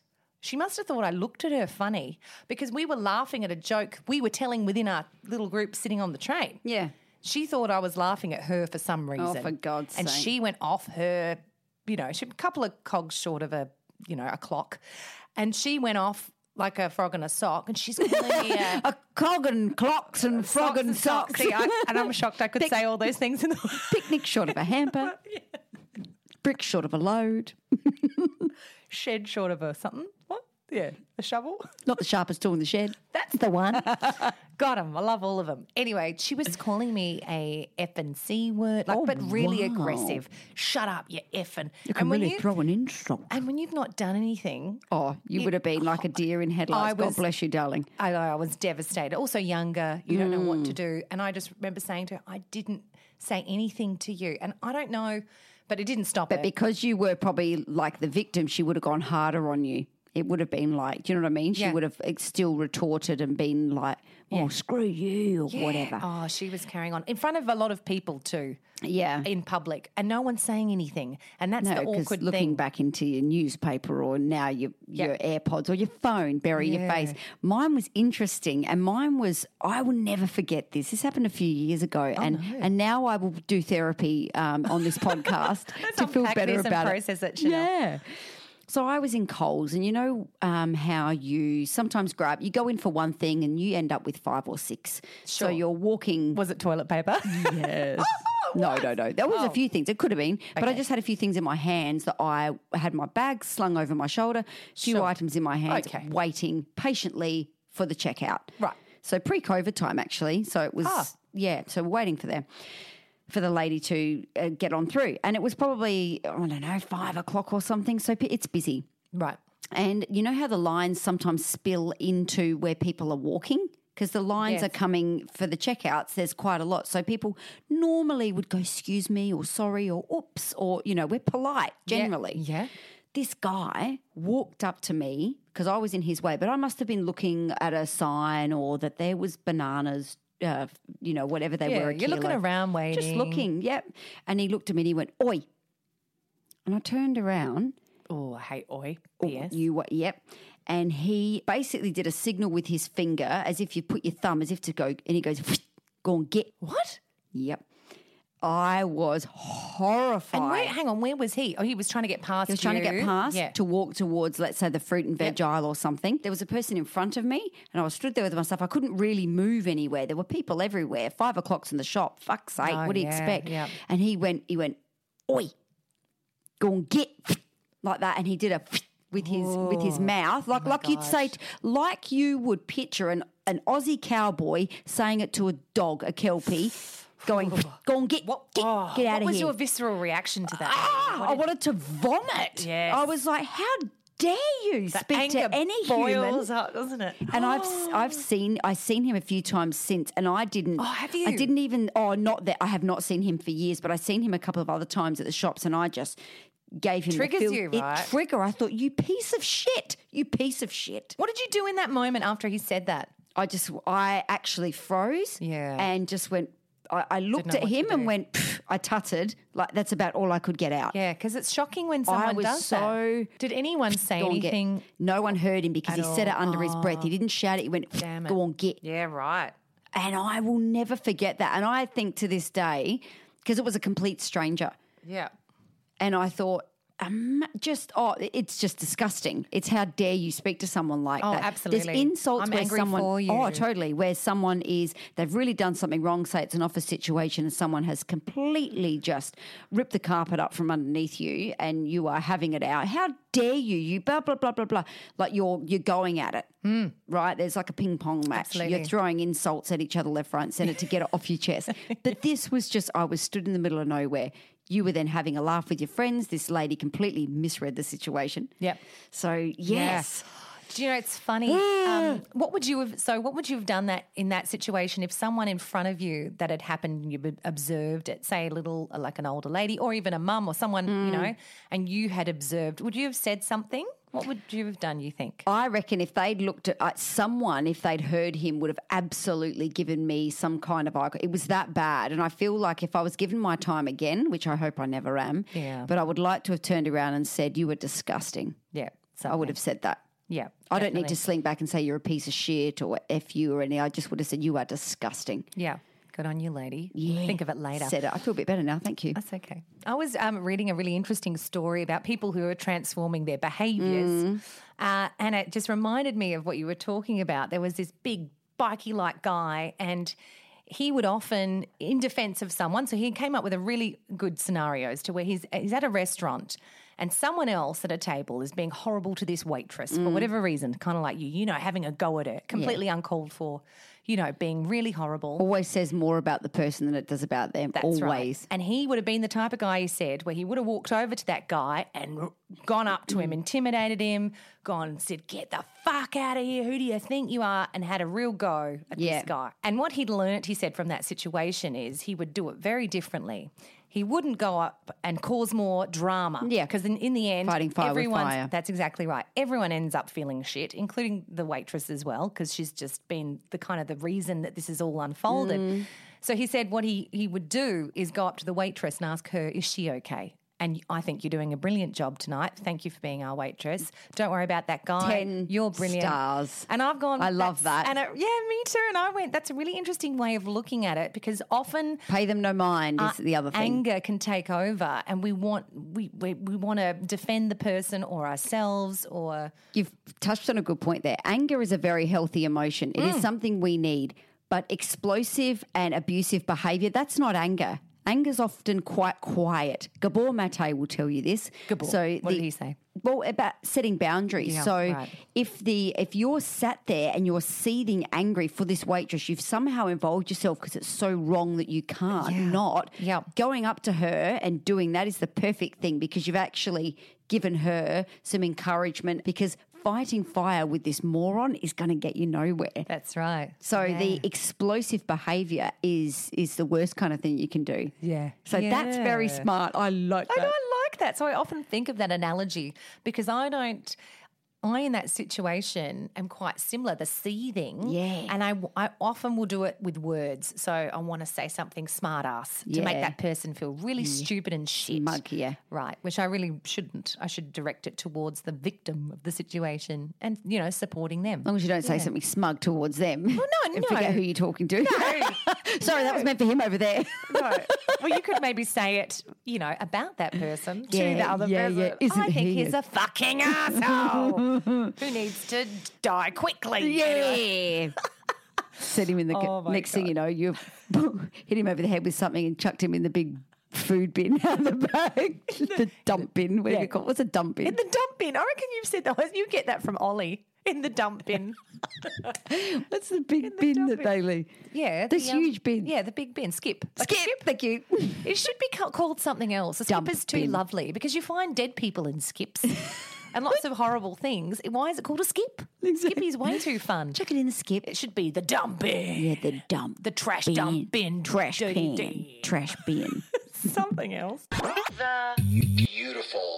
B: She must have thought I looked at her funny because we were laughing at a joke we were telling within our little group sitting on the train.
A: Yeah.
B: She thought I was laughing at her for some reason.
A: Oh, for God's
B: And
A: sake.
B: she went off her, you know, she a couple of cogs short of a, you know, a clock. And she went off like a frog in a sock and she's calling me a
A: A cog and clocks and frog and socks.
B: See,
A: (laughs)
B: I, and I'm shocked I could (laughs) say all those things in the (laughs)
A: Picnic short of a (laughs) hamper. Brick short of a load.
B: shed short of a something. What? Yeah, a shovel.
A: Not the sharpest tool in the shed. That's the (laughs) one.
B: Got him. I love all of them. Anyway, she was calling me a F and C word, like, but really
A: wow.
B: aggressive. Shut up, Oh, you F and.
A: You can really throw an insult.
B: And when you've not done anything,
A: Oh, you would have been like a deer in headlights.
B: I was-
A: God bless you, darling.
B: I, know, I was devastated. Also younger, you don't know what to do. And I just remember saying to her, I didn't say anything to you. And I don't know, but it didn't stop
A: But
B: her.
A: because you were probably like the victim, she would have gone harder on you. It would have been like, do you know what I mean? She
B: Yeah.
A: would have like, still retorted and been like, oh, screw you or whatever.
B: Oh, she was carrying on in front of a lot of people too.
A: Yeah.
B: In public, and no one's saying anything, and that's the
A: No, because
B: awkward
A: looking
B: thing.
A: back into your newspaper or now your your AirPods or your phone, bury your
B: Yeah.
A: face. Mine was interesting, and mine was I will never forget this. This happened a few years ago,
B: Oh,
A: and and now I will do therapy um, on
B: (laughs)
A: this podcast
B: Let's
A: to feel
B: unpack
A: better
B: this and
A: about
B: process it, Chanel.
A: yeah. So I was in Coles, and you know um, how you sometimes grab you go in for one thing and you end up with five or six. So you're walking
B: Was it toilet paper? Oh,
A: Yes. No, no, no. There was a few things. It could have been, but I just had a few things in my hands that I had my bag slung over my shoulder, few items in my hands,
B: Okay.
A: waiting patiently for the checkout.
B: Right.
A: So pre-COVID time, actually. So it was
B: Ah.
A: yeah. So waiting for them, for the lady to uh, get on through, and it was probably I don't know five o'clock or something. So p- it's busy.
B: (laughs) right.
A: And you know how the lines sometimes spill into where people are walking? Because the
B: Yes.
A: lines are coming for the checkouts, there's quite a lot. So people normally would go, excuse me, or sorry, or oops, or, you know, we're polite generally.
B: yeah.
A: This guy walked up to me because I was in his way, but I must have been looking at a sign or that there was bananas, uh, you know, whatever they
B: Yeah,
A: were. a
B: you're looking
A: kilo.
B: around,
A: Just
B: waiting.
A: looking, yep. And he looked at me and he went, oi. And I turned around
B: Oh, I hate oi. Yes.
A: you were, yep. And he basically did a signal with his finger as if you put your thumb, as if to go, and he goes, go and get.
B: What?
A: Yep. I was
B: And wait,
A: horrified.
B: hang on, where was he? Oh, he was trying to get past.
A: he was trying to
B: you.
A: get past
B: Yeah.
A: to walk towards, let's say, the fruit and veg
B: Yep.
A: aisle or something. There was a person in front of me, and I was stood there with myself. I couldn't really move anywhere. There were people everywhere. Five o'clock's in the shop. Fuck's sake,
B: No,
A: what do you
B: Oh, yeah,
A: expect?
B: yep.
A: And he went, he went, oi, go and get (laughs) like that, and he did a (laughs) with his with his mouth,
B: Oh
A: like like you'd say, t- like you would picture an an Aussie cowboy saying it to a dog,
B: (sighs)
A: a kelpie, going, go and get
B: What?
A: get,
B: oh,
A: get out
B: what
A: of
B: was
A: here.
B: your visceral reaction to that?
A: ah,
B: What
A: I
B: did-
A: wanted to vomit.
B: Yes.
A: I was like, how dare you
B: the
A: speak
B: anger
A: to any human?
B: boils up, doesn't it?
A: And I've s- I've seen I've seen him a few times since, and I didn't. Oh,
B: have
A: I
B: you?
A: didn't even. Oh, not that I have not seen him for years, but I've seen him a couple of other times at the shops, and I just gave him
B: Triggers
A: the feel-
B: you, right?
A: It trigger. I thought you piece of shit, you piece of shit.
B: (gasps) What did you do in that moment after he said that?
A: I just I actually froze.
B: Yeah.
A: and just went. I, I looked
B: know
A: at
B: what to
A: him and
B: do.
A: went. "Pff," I tutted like that's about all I could get out.
B: Yeah, because it's shocking when someone
A: was
B: does
A: so-
B: that. Did anyone say
A: Go and get-
B: anything?
A: No one heard him because he said it under his breath. He didn't shout it. He went,
B: Damn it.
A: "Go and get."
B: Yeah, right.
A: And I will never forget that. And I think to this day, because it was a complete stranger,
B: Yeah.
A: and I thought, um, just oh, it's just disgusting. It's how dare you speak to someone like
B: Oh,
A: that?
B: absolutely.
A: There's insults
B: I'm
A: where
B: angry
A: someone,
B: for you.
A: oh, totally, where someone is they've really done something wrong. Say it's an office situation, and someone has completely just ripped the carpet up from underneath you, and you are having it out. How dare you? You blah blah blah blah blah. Like you're you're going at it,
B: Hmm.
A: right? There's like a ping pong match. You're
B: Absolutely.
A: throwing insults at each other left, right, and centre to get it off your
B: (laughs)
A: chest. But this was just, I was stood in the middle of nowhere. You were then having a laugh with your friends. This lady completely misread the situation.
B: Yep.
A: So, yes.
B: Do you know it's funny?
A: Mm.
B: um, what would you have? So, what would you have done that in that situation if someone in front of you that had happened and you ob- observed it, say a little uh, like an older lady or even a mum or someone
A: Mm.
B: you know, and you had observed? Would you have said something? What would you have done? You think?
A: I reckon if they'd looked at uh, someone, if they'd heard him, would have absolutely given me some kind of eye. It was that bad, and I feel like if I was given my time again, which I hope I never am,
B: Yeah.
A: but I would like to have turned around and said, "You were disgusting."
B: Yeah.
A: I would have said that.
B: Yeah.
A: I don't need
B: definitely.
A: to sling back and say you're a piece of shit or F you or any. I just would have said you are disgusting.
B: Yeah. Good on you, lady. Yeah. Think of it later.
A: Said it. I feel a bit better now. Thank you.
B: That's okay. I was um, reading a really interesting story about people who are transforming their behaviors. Uh, and it just reminded me of what you were talking about. There was this big, bikey like guy, and he would often, in defense of someone, so he came up with a really good scenario as to where he's, he's at a restaurant and someone else at a table is being horrible to this waitress for whatever reason, kind of like you, you know, having a go at her, completely uncalled for, you know, being really horrible.
A: Always says more about the person than it does about them.
B: That's
A: Always.
B: right. And he would have been the type of guy he said, where he would have walked over to that guy and r- gone up to
A: Mm.
B: him, intimidated him, gone and said, Get the fuck out of here. Who do you think you are? And had a real go at
A: Yeah.
B: this guy. And what he'd learnt, he said, from that situation is he would do it very differently. He wouldn't go up and cause more drama.
A: Yeah.
B: Because in, in the end,
A: Fighting fire with
B: everyone's-
A: fire.
B: That's exactly right. Everyone ends up feeling shit, including the waitress as well, because she's just been the kind of the reason that this is all unfolded.
A: Mm.
B: So he said what he, he would do is go up to the waitress and ask her, is she okay? And I think you're doing a brilliant job tonight. Thank you for being our waitress. Don't worry about that guy.
A: Ten
B: you're brilliant.
A: stars.
B: And I've gone.
A: I love
B: "That's-"
A: that.
B: And I- yeah, me too. And I went. That's a really interesting way of looking at it because often
A: Pay them no mind
B: uh,
A: is the other thing.
B: Anger can take over, and we want we we, we want to defend the person or ourselves or
A: You've touched on a good point there. Anger is a very healthy emotion. It is
B: Mm.
A: something we need, but explosive and abusive behavior, that's not anger. Anger's often quite quiet. Gabor Mate will tell you this.
B: Gabor. What did he say?
A: Well, about setting boundaries.
B: Yeah,
A: so
B: right.
A: if the if you're sat there and you're seething angry for this waitress, you've somehow involved yourself because it's so wrong that you can't not.
B: Yep.
A: Going up to her and doing that is the perfect thing because you've actually given her some encouragement because fighting fire with this moron is going to get you nowhere.
B: that's right.
A: So the explosive behavior is is the worst kind of thing you can do.
B: Yeah.
A: So that's very
B: Yeah.
A: smart. I like
B: I
A: that.
B: know I like that. So I often think of that analogy because I don't. I in that situation am quite similar. The seething,
A: Yeah.
B: and I, I often will do it with words. So I want to say something smart ass to make
A: Yeah.
B: that person feel really stupid and shit.
A: Mug, yeah.
B: Right, which I really shouldn't. I should direct it towards the victim of the situation and, you know, supporting them.
A: As long as you don't say something smug towards them. Well,
B: no,
A: (laughs) and forget
B: no.
A: who you're talking to. (laughs) Sorry, that was meant for him over there.
B: well, you could maybe say it, you know, about that person
A: Yeah,
B: to the other
A: yeah,
B: person.
A: yeah.
B: I
A: Isn't
B: think
A: he
B: he's
A: a-
B: a fucking asshole who needs to die quickly.
A: Yeah. Set him in the
B: Oh, my
A: next thing you (laughs) know, you've hit him over the head with something and chucked him in the big food bin out
B: (laughs)
A: the back. the dump bin. What do
B: Yeah.
A: you call it? What's a dump bin?
B: In the dump bin. I reckon you've said that. You get that from Ollie. In the dump bin.
A: What's the big bin
B: dump
A: that
B: bin.
A: they leave?
B: Yeah.
A: This
B: um,
A: huge bin.
B: Yeah, the big bin. Skip. Like a
A: Skip, thank you.
B: (laughs) It should be ca- called something else. A
A: Dump
B: skip is too
A: bin.
B: lovely because you find dead people in skips and lots of horrible things. Why is it called a skip? Skip is way too fun.
A: Chuck it in the skip.
B: It should be the dump bin.
A: Yeah, the dump.
B: The trash dump bin.
A: Trash
B: Dirty
A: bin.
B: D.
A: Trash
B: (laughs)
A: bin.
B: Something else.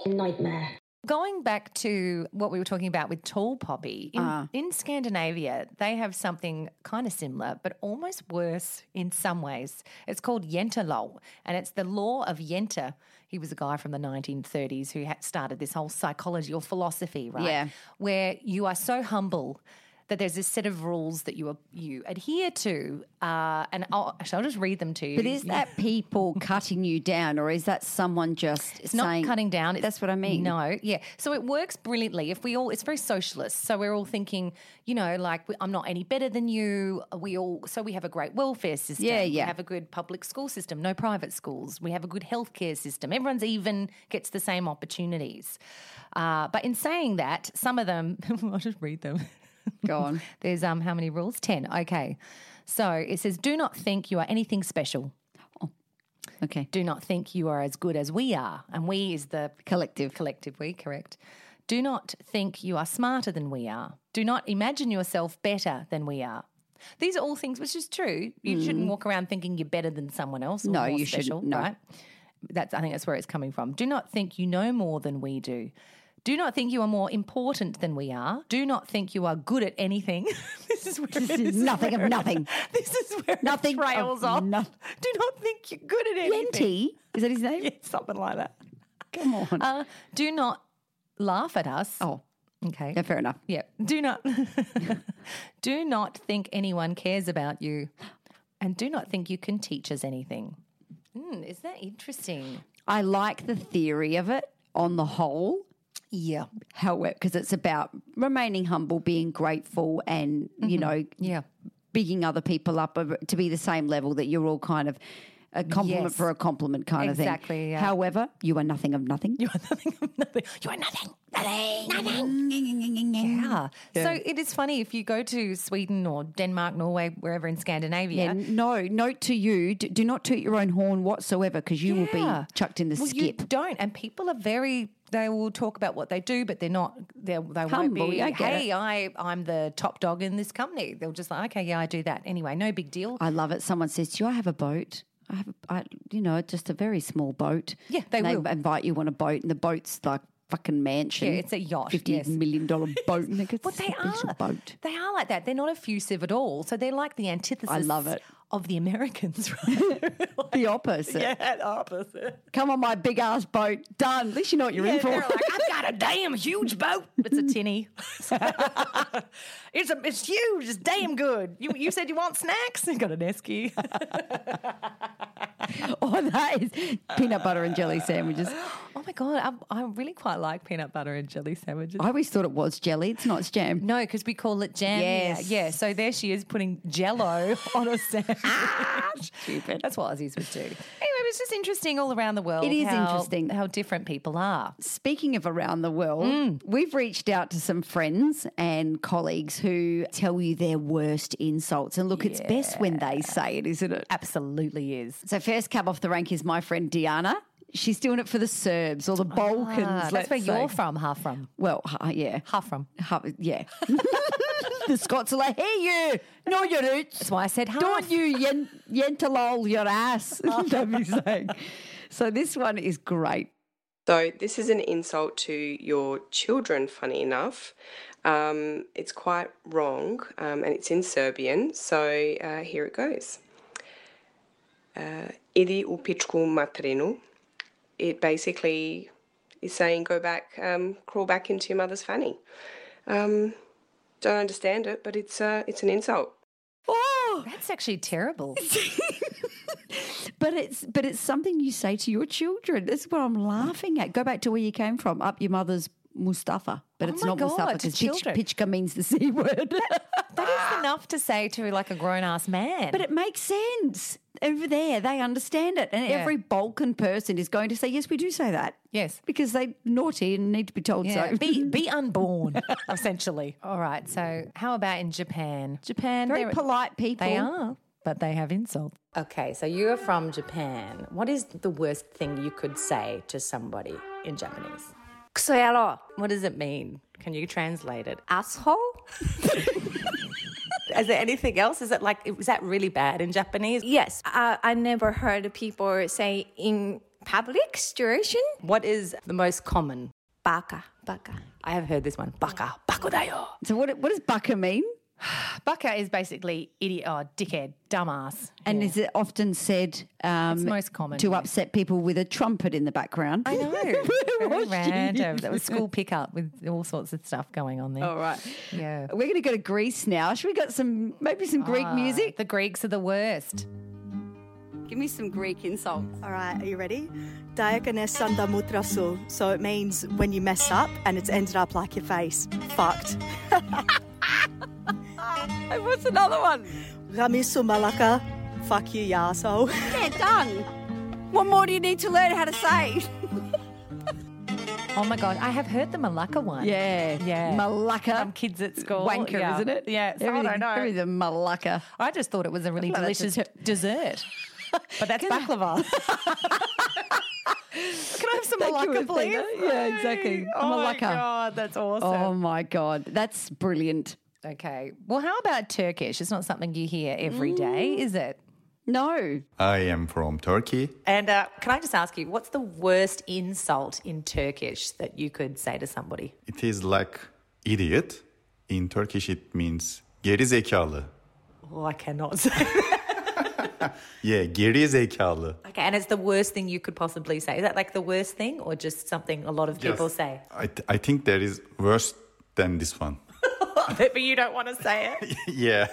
E: Nightmare.
B: Going back to what we were talking about with tall poppy, in,
A: Ah.
B: in Scandinavia, they have something kind of similar, but almost worse in some ways. It's called Jentalol, and it's the law of Jenta. He was a guy from the 1930s who had started this whole psychology or philosophy, right?
A: Yeah.
B: Where you are so humble that there's this set of rules that you, you adhere to. Uh, and I'll, actually, I'll just read them to you.
A: But is that people cutting you down or is that someone just
B: It's not cutting down. It's,
A: That's what I mean.
B: No, yeah. So it works brilliantly. If we all, it's very socialist. So we're all thinking, you know, like we- I'm not any better than you. We all, so we have a great welfare system.
A: Yeah, yeah.
B: We have a good public school system. No private schools. We have a good healthcare system. Everyone's even gets the same opportunities. Uh, but in saying that, some of them, (laughs) I'll just read them. (laughs)
A: Go on.
B: There's um how many rules? Ten. Okay. So it says, do not think you are anything special.
A: Okay.
B: Do not think you are as good as we are. And we is the collective. Collective we, correct. Do not think you are smarter than we are. Do not imagine yourself better than we are. These are all things which is true. You shouldn't walk around thinking you're better than someone else. Or
A: Mm. No,
B: more
A: you shouldn't.
B: special,
A: No.
B: Right? That's I think that's where it's coming from. Do not think you know more than we do. Do not think you are more important than we are. Do not think you are good at anything. (laughs) this is where
A: This is nothing of
B: (laughs)
A: nothing.
B: This is where
A: Nothing
B: nothing
A: of
B: trails off.
A: noth-
B: Do not think you're good at anything. (laughs)
A: Plenty. Is that his name?
B: Yeah, something like that.
A: Come on.
B: Uh, do not laugh at us.
A: oh,
B: okay.
A: yeah, fair enough.
B: Yeah. Do not (laughs) do not think anyone cares about you, and do not think you can teach us anything. Hmm, is that interesting?
A: I like the theory of it on the whole.
B: Yeah.
A: However, because it's about remaining humble, being grateful, and you know,
B: Mm-hmm. Yeah.
A: bigging other people up of- to be the same level that you're all kind of a compliment
B: Yes.
A: for a compliment kind of thing.
B: Exactly, yeah.
A: However, you are nothing of nothing.
B: You are nothing. nothing. You are nothing. Nothing.
A: (laughs)
B: Yeah. So it is funny if you go to Sweden or Denmark, Norway, wherever in Scandinavia.
A: Yeah, no, note to you, d- do not toot your own horn whatsoever because you will
B: Yeah.
A: be chucked in the
B: well,
A: skip.
B: You don't, and people are very. They will talk about what they do, but they're not. They're, they
A: Humble,
B: won't be.
A: yeah, I get
B: hey,
A: it."
B: I I'm the top dog in this company. They'll just like, okay, yeah, I do that anyway. No big deal.
A: I love it. Someone says, "Do I have a boat?" I have, a, I, you know, just a very small boat.
B: Yeah, they
A: And
B: will.
A: invite you on a boat, and the boat's like fucking mansion.
B: Yeah, it's a yacht,
A: fifty
B: yes. (laughs)
A: million dollar boat. And they go,
B: But
A: "It's
B: they
A: a little
B: are.
A: boat.
B: They are like that. They're not effusive at all. So they're like the antithesis.
A: love it.
B: Of the Americans, (laughs) right?
A: The opposite.
B: yeah, opposite.
A: Come on, my big ass boat. Done. At least you know what you're in for.
B: They're like, I've got a damn huge boat. It's a tinny. (laughs) it's a, it's huge. It's damn good. You you said you want snacks? (laughs) You got an esky.
A: (laughs) oh, that is peanut butter and
B: (gasps)
A: jelly sandwiches.
B: oh my god, I, I really quite like peanut butter and jelly sandwiches.
A: I always thought it was jelly. It's not. It's jam.
B: no, because we call it jam. here.
A: Yes.
B: Yeah. So there she is putting jello (laughs) on a sandwich. Stupid. That's what Aussies would do. Anyway, it was just interesting all around the world.
A: It is
B: how-
A: interesting.
B: how different people are.
A: Speaking of around the world,
B: Mm.
A: we've reached out to some friends and colleagues who tell you their worst insults. And look, it's best when they say it, isn't it?
B: Absolutely is.
A: So, first cab off the rank is my friend Diana. She's doing it for the Serbs or the Balkans.
B: Ah,
A: let's
B: that's where
A: say.
B: you're from, half from,
A: Well, ha- yeah.
B: half from.
A: Ha- yeah. (laughs) the Scots are like, hey, you, know your roots.
B: That's why I said half.
A: Don't you yen- yentalol your ass. (laughs) That'd be saying. So, this one is great.
G: So, this is an insult to your children, funny enough. Um, it's quite wrong um, and it's in Serbian, so uh, here it goes. Uh, Idi u pičku materinu. It basically is saying go back, um, crawl back into your mother's fanny. Um, don't understand it, but it's, uh, it's an insult.
A: Oh,
B: That's actually terrible.
A: But it's but it's something you say to your children. That's what I'm laughing at. Go back to where you came from. Up your mother's Mustafa, but
B: Oh
A: it's
B: my
A: not Mustafa
B: God, to
A: because pitch,
B: children.
A: pitchka means the (laughs) c word.
B: that is enough to say to like a grown ass man.
A: but it makes sense over there. They understand it, and
B: Yeah.
A: every Balkan person is going to say, "Yes, we do say that."
B: Yes.
A: because they naughty and need to be told
B: yeah,
A: so.
B: be be unborn, essentially. All right. So how about in Japan? Japan,
A: (laughs) Very
B: they're-
A: polite people.
B: They are, but they have insults.
H: Okay, so you are from Japan. What is the worst thing you could say to somebody in Japanese? Kusoyaro. What does it mean? Can you translate it? Asshole? (laughs) is there anything else? Is it like, is that really bad in Japanese?
I: Yes, I, I never heard people say in public situation.
H: What is the most common?
I: Baka, baka.
H: I have heard this one. Baka, bako dayo.
A: So what what does bucker mean?
B: Baka is basically idiot, oh, dickhead, dumbass.
A: And is it often said um,
B: most common,
A: to
B: yeah.
A: upset people with a trumpet in the background?
B: I
A: (laughs)
B: know. Very
A: Where was she?
B: random. That was (laughs) school pickup with all sorts of stuff going on there.
A: All right.
B: Yeah. Ah,
A: We're going to go to Greece now. Should we got some maybe some Greek music? (laughs)
B: The Greeks are the worst.
I: Give me some Greek insults.
J: All right, are you ready? Diakones sanda mutrasu. So it means when you mess up and it's ended up like your face. Fucked.
I: And what's another one?
J: Ramisu malaka. Fuck you, ya asshole.
I: Yeah, done. What more do you need to learn how to say?
B: Oh my God. I have heard the Malacca one.
A: Yeah,
B: Yeah.
A: Malacca.
B: Some kids at school.
A: wanker,
B: Yeah.
A: isn't it?
B: Yeah, so I
A: everything,
B: don't know.
A: Everything Malacca.
B: I just thought it was a really
A: feel like that's a
B: delicious dessert. But that's baklava. Can I have some
A: Thank you,
B: Malacca, please?
A: Athena. Yeah, exactly.
B: Oh
A: Malacca.
B: my God, that's awesome.
A: Oh my god, that's brilliant.
B: (laughs) Okay. Well, how about Turkish? It's not something you hear every
H: Mm.
B: day, is it?
A: No,
K: I am from Turkey.
H: And uh, can I just ask you, what's the worst insult in Turkish that you could say to somebody?
K: It is like idiot. In Turkish it means geri zekalı.
H: Oh, I cannot (laughs) say that.
K: Yeah, geri zekalı.
H: Okay, and it's the worst thing you could possibly say. Is that like the worst thing or just something a lot of people say?
K: I, th- I think there is worse than this one.
H: (laughs)
K: (laughs)
H: but you don't want to say
B: (laughs)
H: it.
K: yeah.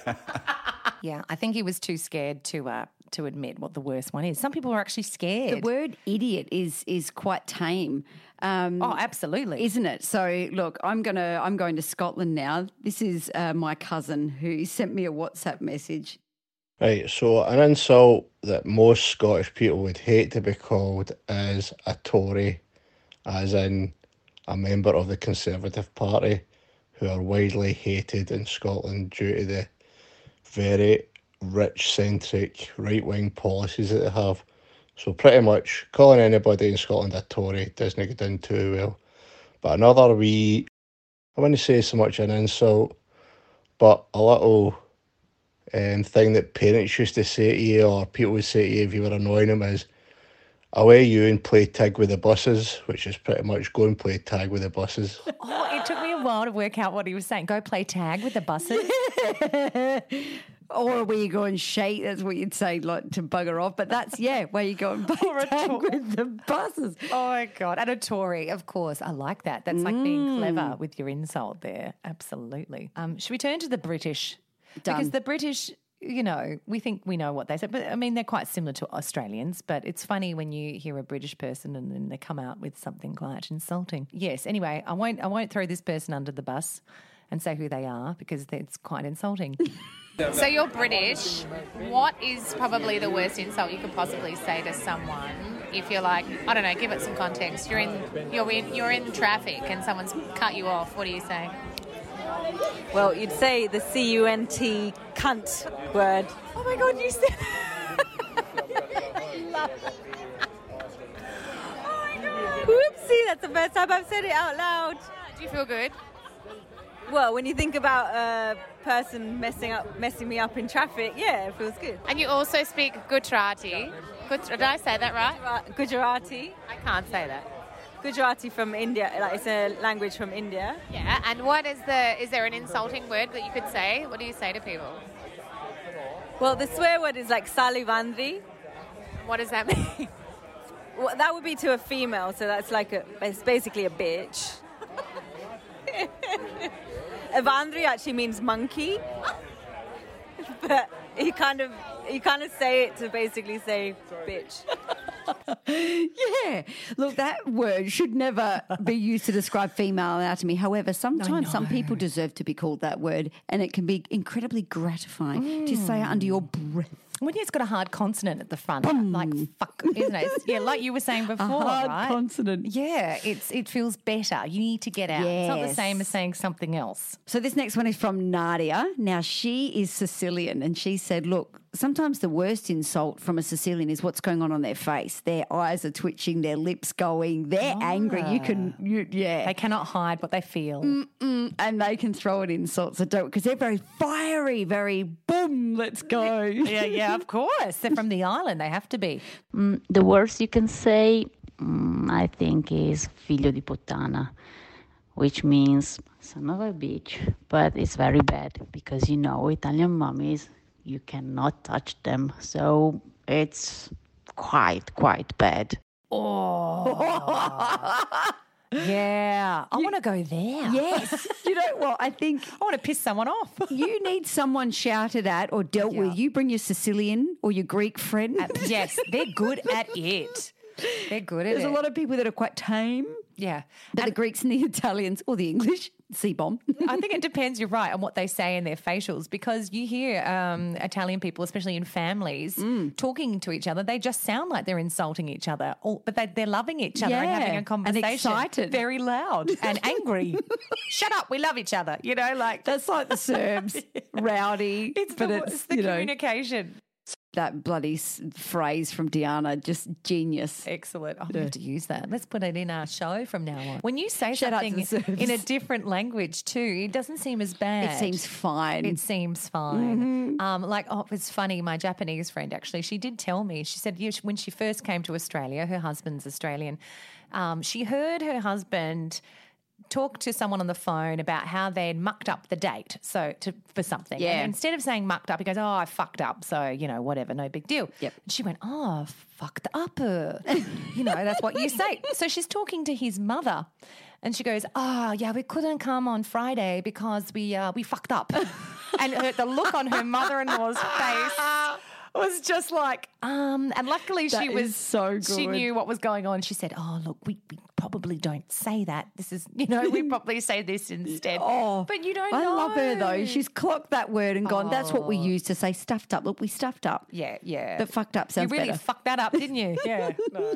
B: Yeah, I think he was too scared to uh, to admit what the worst one is. Some people are actually
A: the
B: scared.
A: word idiot is is quite tame. Um,
B: oh, absolutely.
A: isn't it? So look, I'm gonna I'm going to Scotland now. This is uh, my cousin who sent me a WhatsApp message.
L: Right, so an insult that most Scottish people would hate to be called is a Tory, as in a member of the Conservative Party, who are widely hated in Scotland due to the very rich centric right wing policies that they have. So pretty much calling anybody in Scotland a Tory doesn't go down too well. But another wee I wouldn't say so much an insult, but a little um, thing that parents used to say to you or people would say to you if you were annoying them is away you and play tag with the buses, which is pretty much go and play tag with the buses.
B: Oh, it took me a while to work out what he was saying. Go play tag with the (laughs) buses.
A: or Oh, where you go and shake. That's what you'd say, like to bugger off. But that's yeah, where
B: (laughs)
A: you go and play tag with the buses.
B: Oh my god, and a Tory, of course. I like that. That's like being clever with your insult there. Absolutely. Um, should we turn to the British? Because
A: Done.
B: the British, you know, we think we know what they say, but I mean they're quite similar to Australians. But it's funny when you hear a British person and then they come out with something quite insulting. Yes. Anyway, I won't. I won't throw this person under the bus. And say who they are because it's quite insulting. (laughs)
M: So you're British. What is probably the worst insult you could possibly say to someone? If you're like, I don't know, give it some context. You're in, you're in, you're in traffic, and someone's cut you off. What do you say?
N: Well, you'd say the C U N T cunt word.
M: Oh my god, you said.
N: Whoopsie, that's the first time I've said it out loud.
M: Do you feel good?
N: Well, when you think about a person messing up, messing me up in traffic, yeah, it feels good.
M: And you also speak Gujarati. Guj- Did I say that right?
N: Uh, Gujarati.
M: I can't say that.
N: Gujarati from India, like it's a language from India.
M: Yeah. And what is the? Is there an insulting word that you could say? What do you say to people?
N: Well, the swear word is like salivandri.
M: What does that mean?
N: Well, that would be to a female, so that's like a, it's basically a bitch. Evandri actually means monkey, but you kind of you kind of say it to basically say bitch.
A: yeah. Look, that word should never be used to describe female anatomy. However, sometimes some people deserve to be called that word, and it can be incredibly gratifying to say it under your breath.
B: When it's got a hard consonant at the front, like fuck, isn't it? It's- yeah, like you were
A: (laughs)
B: saying before,
A: hard
B: right?
A: consonant.
B: Yeah, it's it feels better. You need to get out. It's not the
A: Yes.
B: same as saying something else.
A: So this next one is from Nadia. Now she is Sicilian and she said, "Look, sometimes the worst insult from a Sicilian is what's going on on their face. Their eyes are twitching, their lips going, they're angry. You can you, yeah. Ah. They
B: cannot hide what they feel.
A: Mm. Mm-mm, and they can throw an insult so don't because they're very fiery, very boom, let's go.
B: (laughs) Yeah, yeah, of course. They're from the island. They have to be.
O: Mm, the worst you can say, mm, I think, is figlio di puttana, which means son of a bitch, but it's very bad because you know Italian mummies, you cannot touch them. So it's quite, quite bad.
B: Yeah. I want to go there.
A: Yes. (laughs) you know what? I think
B: I want to piss someone off. (laughs)
A: you need someone shouted at or dealt with. You bring your Sicilian or your Greek friend. (laughs)
B: yes, they're good at it. They're good at
A: There's
B: it.
A: a lot of people that are quite tame.
B: Yeah.
A: But the Greeks and the Italians or the English, (laughs) C bomb.
B: I think it depends, you're right, on what they say in their facials because you hear um, Italian people, especially in families,
A: Mm.
B: talking to each other. They just sound like they're insulting each other, or, but they, they're loving each other and having
A: Yeah,
B: a
A: and
B: conversation.
A: excited.
B: Very loud and
A: (laughs)
B: angry. Shut up, we love each other. You know, (laughs) like.
A: That's like
B: (laughs)
A: the Serbs, rowdy.
B: It's
A: but
B: the,
A: it's,
B: the
A: you know,
B: communication.
A: that bloody s- phrase from Diana, just genius.
B: Excellent. Oh, we have to use that. Let's put it in our show from now on. When you say
A: Shout out to
B: something
A: the Serbs.
B: in a different language too, it doesn't seem as bad.
A: It seems fine.
B: It seems fine. Um, like, oh, it was funny. My Japanese friend actually, she did tell me. She said yeah, she- when she first came to Australia, her husband's Australian. Um, she heard her husband talk to someone on the phone about how they'd mucked up the date, so to, for something. And
A: Yeah.
B: instead of saying mucked up, he goes, "Oh, I fucked up." So you know, whatever, no big deal. Yep. And she went, "Oh, fucked up." uh." (laughs) you know, that's what you say. So she's talking to his mother. And she goes, "Oh, yeah, we couldn't come on Friday
A: (laughs)
B: because we uh, we fucked up." and her, the look on her mother-in-law's face was just like, um, and luckily
A: That
B: she
A: is
B: was
A: so
B: She
A: good.
B: knew what was going on. She said, "Oh, look, we, we probably don't say that. This is, you
A: (laughs)
B: know, we probably say this instead."
A: Oh,
B: but you don't.
A: I love her though.
B: know. Oh.
A: She's clocked that word and gone. That's what we use to say stuffed up. Look, we stuffed up.
B: Yeah, yeah.
A: But fucked up sounds
B: You really
A: better.
B: fucked that up, didn't
A: (laughs)
B: you? yeah, no.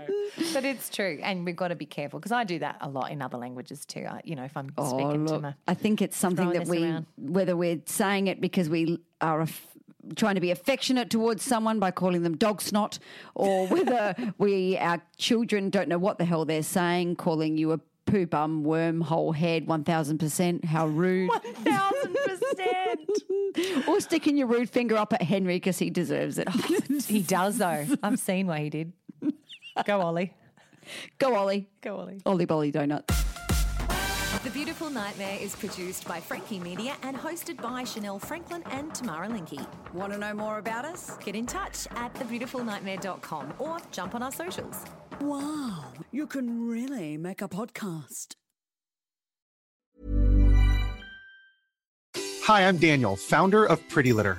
B: But it's true, and we've got to be careful because I do that a lot in other languages too. I, you know, if I'm
A: Oh,
B: speaking to
A: (laughs)
B: my
A: I think it's something
B: throwing
A: that
B: this
A: we,
B: around.
A: whether we're saying it because we are aff- trying to be affectionate towards someone by calling them dog snot, or (laughs) whether we, our children don't know what the hell they're saying, calling you a poo bum, wormhole head, 1000%, how rude.
B: thousand percent.
A: or sticking your rude finger up at Henry because he deserves
B: Oh,
A: (laughs) it.
B: he does though. I've seen what he did. Go Ollie.
A: Go Ollie.
B: Go Ollie.
A: Ollie Bolly Donut.
P: The Beautiful Nightmare is produced by Frankie Media and hosted by Chanel Franklin and Tamara Linky. Want to know more about us? Get in touch at thebeautifulnightmare.com or jump on our socials.
Q: Wow, you can really make a podcast.
R: Hi, I'm Daniel, founder of Pretty Litter.